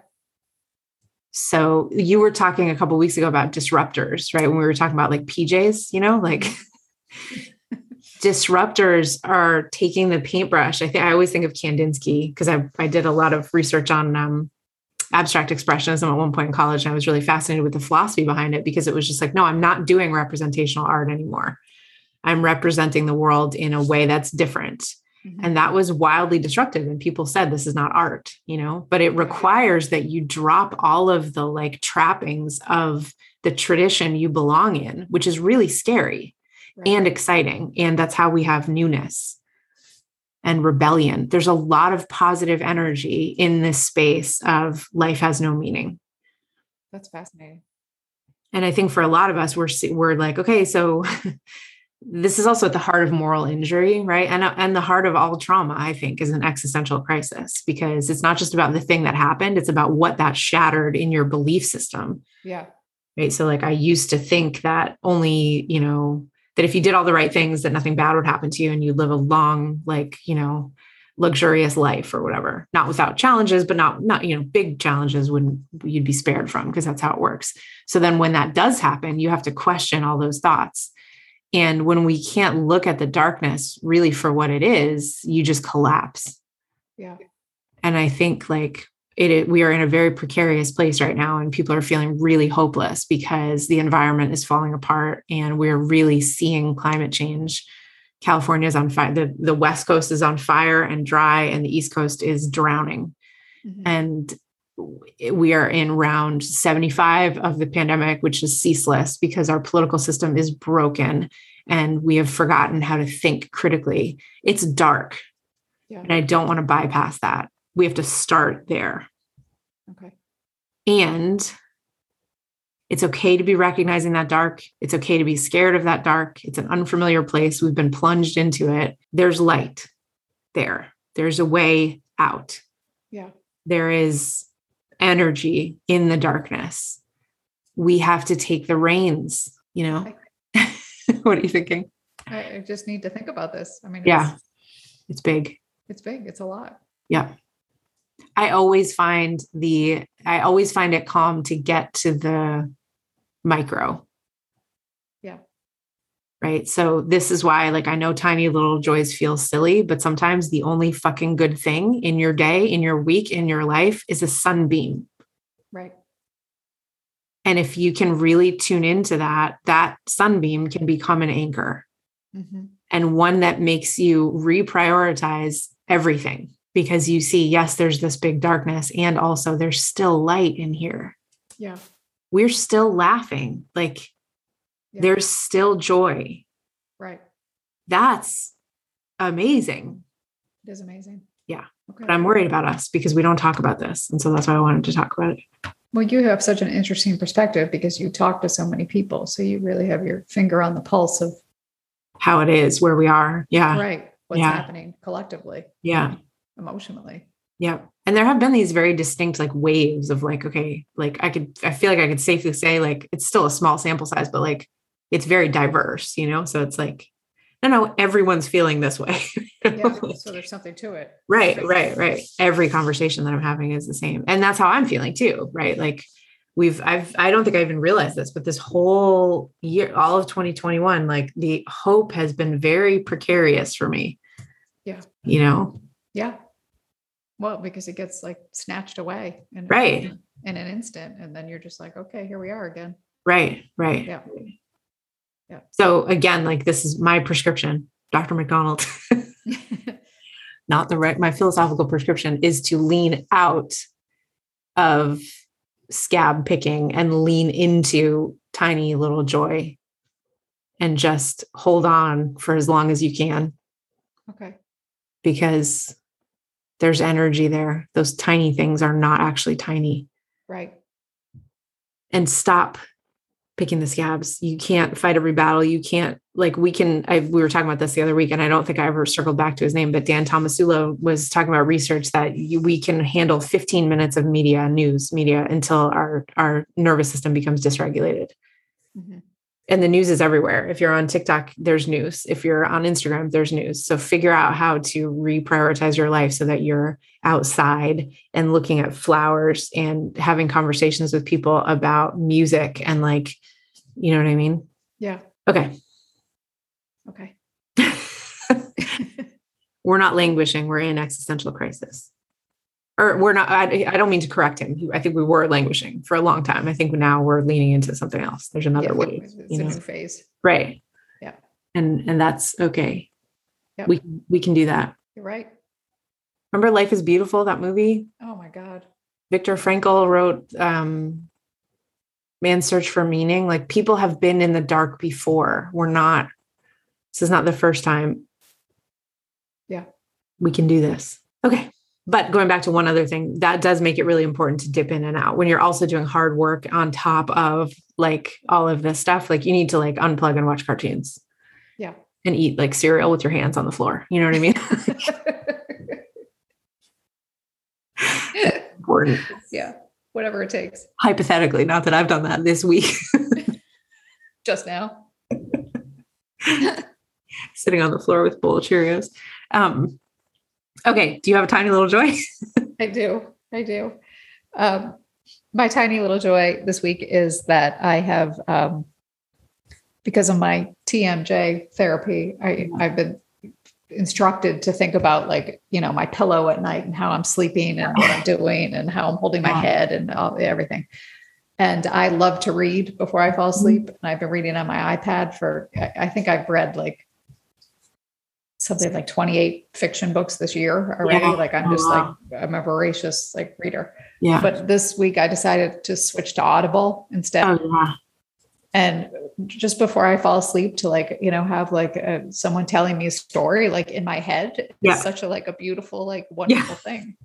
A: So you were talking a couple weeks ago about disruptors, right? When we were talking about like PJs, you know, like disruptors are taking the paintbrush. I think I always think of Kandinsky because I I did a lot of research on um, abstract expressionism at one point in college, and I was really fascinated with the philosophy behind it because it was just like, no, I'm not doing representational art anymore. I'm representing the world in a way that's different
B: Mhm.
A: and that was wildly disruptive and people said this is not art you know but it requires that you drop all of the like trappings of the tradition you belong in which is really scary
B: Right.
A: and exciting and that's how we have newness and rebellion there's a lot of positive energy in this space of life has no meaning
B: that's fascinating.
A: and i think for a lot of us we're we're like okay so this is also at the heart of moral injury right and uh, and the heart of all trauma i think is an existential crisis because it's not just about the thing that happened it's about what that shattered in your belief system
B: Yeah.
A: right so like i used to think that only you know that if you did all the right things that nothing bad would happen to you and you live a long like you know luxurious life or whatever not without challenges but not not you know big challenges wouldn't you'd be spared from because that's how it works so then when that does happen you have to question all those thoughts and when we can't look at the darkness really for what it is you just collapse
B: Yeah.
A: and i think like it, it- we are in a very precarious place right now and people are feeling really hopeless because the environment is falling apart and we're really seeing climate change california's on fire the, the west coast is on fire and dry and the east coast is drowning Mm-hmm.
B: Mhm.
A: and w- we are in round 75 of the pandemic which is ceaseless because our political system is broken and we have forgotten how to think critically it's dark
B: Yeah.
A: and I don't want to bypass that. We have to start there.
B: Okay.
A: And it's okay to be recognizing that dark. It's okay to be scared of that dark. It's an unfamiliar place. We've been plunged into it. There's light there, there's a way out.
B: Yeah.
A: There is energy in the darkness. we have to take the reins, you know? what are you thinking?
B: I, I just need to think about this. I mean,
A: Yeah.
B: it's,
A: It's big.
B: it's big. It's a lot.
A: Yeah. I always find the I always find it calm to get to the micro.
B: Yeah.
A: Right. So this is why like I know tiny little joys feel silly, but sometimes the only fucking good thing in your day, in your week, in your life is a sunbeam.
B: Right.
A: And if you can really tune into that, that sunbeam can become an anchor Mm-hmm.
B: hmm
A: and one that makes you reprioritize everything because you see, yes, there's this big darkness, and also there's still light in here.
B: Yeah.
A: We're still laughing. Like
B: Yeah.
A: there's still joy.
B: Right.
A: That's amazing.
B: It is amazing.
A: Yeah.
B: Okay.
A: But I'm worried about us because we don't talk about this. And so that's why I wanted to talk about it.
B: Well, you have such an interesting perspective because you talk to so many people. So you really have your finger on the pulse of
A: How it is, where we are. Yeah.
B: right what's
A: yeah.
B: happening collectively,
A: Yeah.
B: emotionally.
A: Yeah. And there have been these very distinct like waves of like, okay, like I could, I feel like I could safely say like it's still a small sample size, but like it's very diverse, you know? So it's like, no, no, everyone's feeling this way. you know?
B: Yeah. so there's something to it.
A: right, right, right. Every conversation that I'm having is the same. And that's how I'm feeling too, right? Like we've, I've, I don't think I even realized this, but this whole year, all of 2021, like the hope has been very precarious for me.
B: Yeah.
A: You know,
B: Yeah. Well, because it gets like snatched away in,
A: Right.
B: in an instant. And then you're just like, okay, here we are again.
A: Right, right.
B: Yeah. Yeah.
A: So again, like this is my prescription, Dr. McDonald, not the right. My philosophical prescription is to lean out of scab picking and lean into tiny little joy and just hold on for as long as you can
B: okay.
A: because there's energy there. Those tiny things are not actually tiny.
B: Right.
A: and stop picking the scabs. You can't fight every battle. You can't like we can. I, we were talking about this the other week, and I don't think I ever circled back to his name, but Dan Tomasulo was talking about research that you, we can handle 15 minutes of media, news media, until our our nervous system becomes dysregulated
B: Mhm.
A: and the news is everywhere. If you're on TikTok, there's news. If you're on Instagram, there's news. So figure out how to reprioritize your life so that you're outside and looking at flowers and having conversations with people about music and like, you know what I mean?
B: Yeah.
A: Okay.
B: Okay.
A: we're not languishing. We're in existential crisis. Or we're not, I, I don't mean to correct him. I think we were languishing for a long time. I think now we're leaning into something else. There's another
B: yeah,
A: wave.
B: It's,
A: you
B: a
A: know?
B: new phase.
A: right
B: Yeah.
A: and and that's okay
B: Yep.
A: we we can do that
B: You're right.
A: remember life is beautiful that movie
B: Oh my God.
A: victor frankl wrote um man's search for meaning like people have been in the dark before we're not this is not the first time
B: Yeah.
A: we can do this okay but going back to one other thing that does make it really important to dip in and out when you're also doing hard work on top of like all of this stuff like you need to like unplug and watch cartoons
B: Yeah.
A: and eat like cereal with your hands on the floor. You know what I mean? Important.
B: yeah. Whatever it takes.
A: Hypothetically, not that I've done that this week,
B: Just now.
A: sitting on the floor with a bowl of Cheerios. Um, okay, do you have a tiny little joy?
B: I do. I do. Um, my tiny little joy this week is that I have, um, because of my TMJ therapy, I, I've been instructed to think about like you know my pillow at night and how I'm sleeping and what I'm doing and how I'm holding my
A: Yeah.
B: head and all, everything. And I love to read before I fall asleep, and I've been reading on my iPad for I, I think I've read like something like 28 fiction books this year already.
A: Yeah.
B: Like I'm
A: Oh,
B: just
A: wow.
B: like I'm a voracious like reader.
A: Yeah.
B: But this week I decided to switch to Audible instead
A: Oh yeah.
B: and just before I fall asleep to like you know have like uh someone telling me a story like in my head
A: Yeah.
B: is such a like a beautiful like wonderful thing.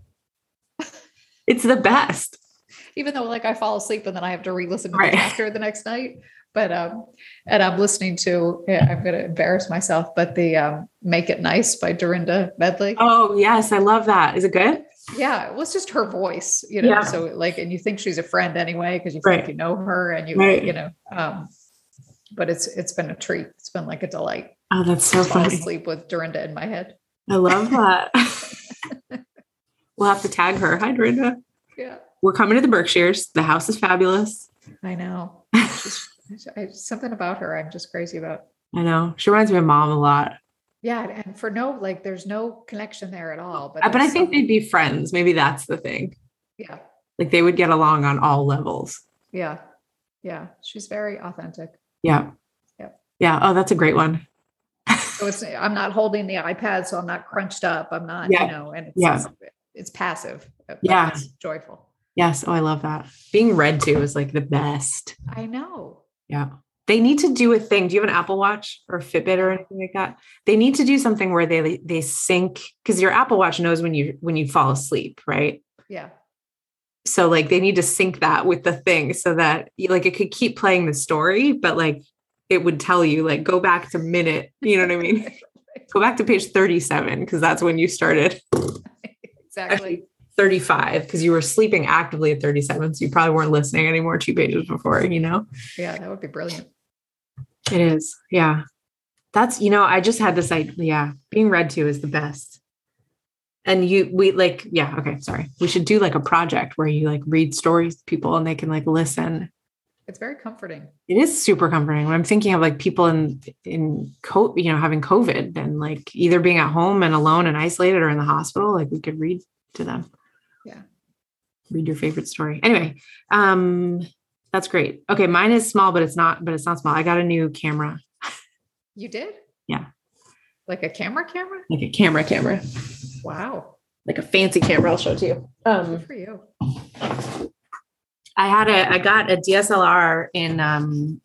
A: It's the best.
B: Even though like I fall asleep and then I have to re-listen to
A: Right.
B: the chapter the next night, but um and I'm listening to yeah, I'm going to embarrass myself, but the um "Make It Nice" by Dorinda Medley.
A: Oh yes, I love that. Is it good?
B: Yeah, well, it's just her voice, you know.
A: Yeah.
B: So like, and you think she's a friend anyway because you
A: Right.
B: think you know her and you
A: Right.
B: you know. Um, but it's it's been a treat. It's been like a delight
A: Oh, that's so
B: to fall
A: funny.
B: asleep with Dorinda in my head.
A: I love that. we'll have to tag her. Hi, Dorinda.
B: Yeah,
A: We're coming to the Berkshires. The house is fabulous.
B: I know. She's- I, something about her I'm just crazy about.
A: I know. She reminds me of mom a lot.
B: Yeah, and- and for no like, there's no connection there at all. But
A: Uh, But I
B: there's
A: think
B: some-
A: they'd be friends. Maybe that's the thing.
B: yeah,
A: Like they would get along on all levels.
B: yeah, yeah. She's very authentic.
A: Yeah.
B: Yep.
A: Yeah. Oh, that's a great one.
B: So it's I'm not holding the iPad, so I'm not crunched up. I'm not,
A: Yeah.
B: you know, and it's,
A: Yeah.
B: it's, it's passive. but
A: Yeah.
B: it's joyful.
A: Yes. Oh, I love that. Being read to is like the best.
B: I know.
A: Yeah. They need to do a thing. Do you have an Apple Watch or a Fitbit or anything like that? They need to do something where they they sync because your Apple Watch knows when you when you fall asleep, right?
B: Yeah,
A: so like they need to sync that with the thing so that you like it could keep playing the story but like it would tell you like go back to minute you know what i mean go back to page 37 because that's when you started
B: exactly.
A: 35 because you were sleeping actively at 37 so you probably weren't listening anymore two pages before you know
B: Yeah, that would be brilliant.
A: it is yeah that's you know i just had this idea yeah being read to is the best and you we like yeah okay sorry we should do like a project where you like read stories to people and they can like listen
B: It's very comforting.
A: It is super comforting. When I'm thinking of like people in in co- you know having COVID and like either being at home and alone and isolated or in the hospital, like we could read to them.
B: Yeah.
A: Read your favorite story. Anyway, um that's great. Okay, mine is small but it's not but it's not small. I got a new camera,
B: You did?
A: Yeah.
B: Like a camera camera?
A: like a camera camera,
B: Wow.
A: like a fancy camera I'll show it to you. Um
B: Good for you.
A: I had a I got a DSLR in um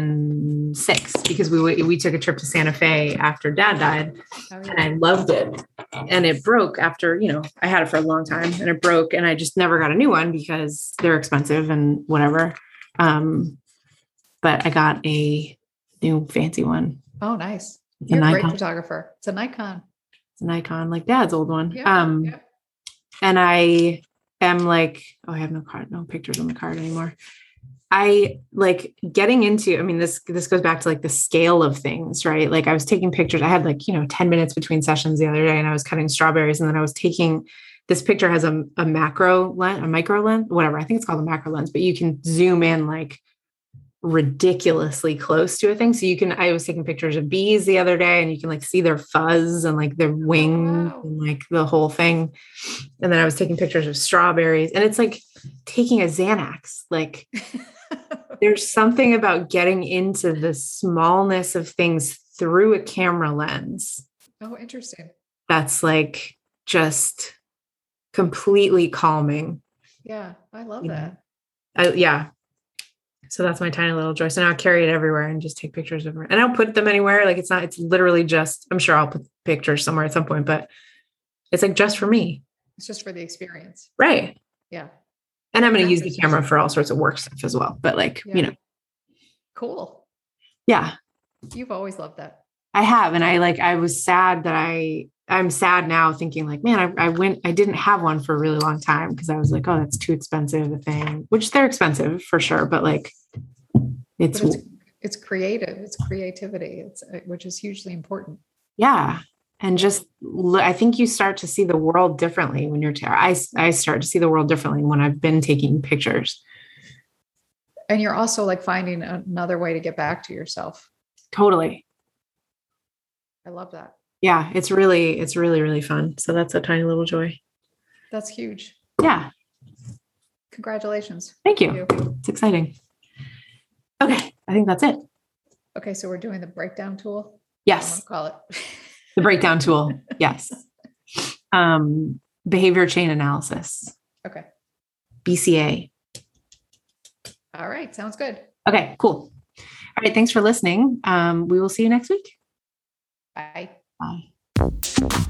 A: 2006 because we we took a trip to Santa Fe after dad died
B: Oh,
A: and
B: yeah.
A: I loved it. And it broke after, you know, I had it for a long time and it broke and I just never got a new one because they're expensive and whatever. Um, but I got a new fancy one.
B: Oh, nice.
A: It's
B: You're
A: an
B: a great
A: icon.
B: photographer. It's an icon.
A: It's an icon, like dad's old one.
B: Yeah,
A: um,
B: yeah.
A: and I am like, oh, I have no card, no pictures on the card anymore. I like getting into, I mean, this this goes back to like the scale of things, right? Like I was taking pictures. I had like, you know, 10 minutes between sessions the other day and I was cutting strawberries and then I was taking this picture has a, a macro lens, a micro lens, whatever. I think it's called a macro lens, but you can zoom in like ridiculously close to a thing. So you can, I was taking pictures of bees the other day and you can like see their fuzz and like their wings
B: wow.
A: and like the whole thing. And then I was taking pictures of strawberries and it's like taking a Xanax. Like there's something about getting into the smallness of things through a camera lens
B: oh, interesting.
A: that's like just completely calming.
B: Yeah, I love
A: You know.
B: that.
A: I, yeah. So that's my tiny little joy. So now I carry it everywhere and just take pictures of it. And I don't put them anywhere. Like it's not, it's literally just, I'm sure I'll put pictures somewhere at some point, but it's like just for me.
B: It's just for the experience.
A: Right.
B: Yeah.
A: And I'm going to
B: That's
A: use the camera for all sorts of work stuff as well. But like,
B: Yeah.
A: you know,
B: Cool.
A: yeah,
B: You've always loved that.
A: I have. And I like, I was sad that I, I'm sad now thinking like, man, I, I went, I didn't have one for a really long time because I was like, oh, that's too expensive a thing, which they're expensive for sure. But like, it's,
B: But it's it's creative. It's creativity. It's uh, which is hugely important.
A: yeah. And just, l- I think you start to see the world differently when you're, t- I, s- I start to see the world differently when I've been taking pictures.
B: And you're also like finding another way to get back to yourself.
A: Totally.
B: I love that.
A: Yeah. It's really, it's really, really fun. So that's a tiny little joy.
B: That's huge.
A: Yeah.
B: Congratulations.
A: Thank you.
B: You.
A: It's exciting. Okay. I think that's it.
B: Okay, so we're doing the breakdown tool. I'm
A: Yes.
B: gonna call it.
A: the breakdown tool yes um behavior chain analysis
B: Okay.
A: bca
B: All right. Sounds good.
A: okay cool all right thanks for listening um we will see you next week
B: Bye.
A: bye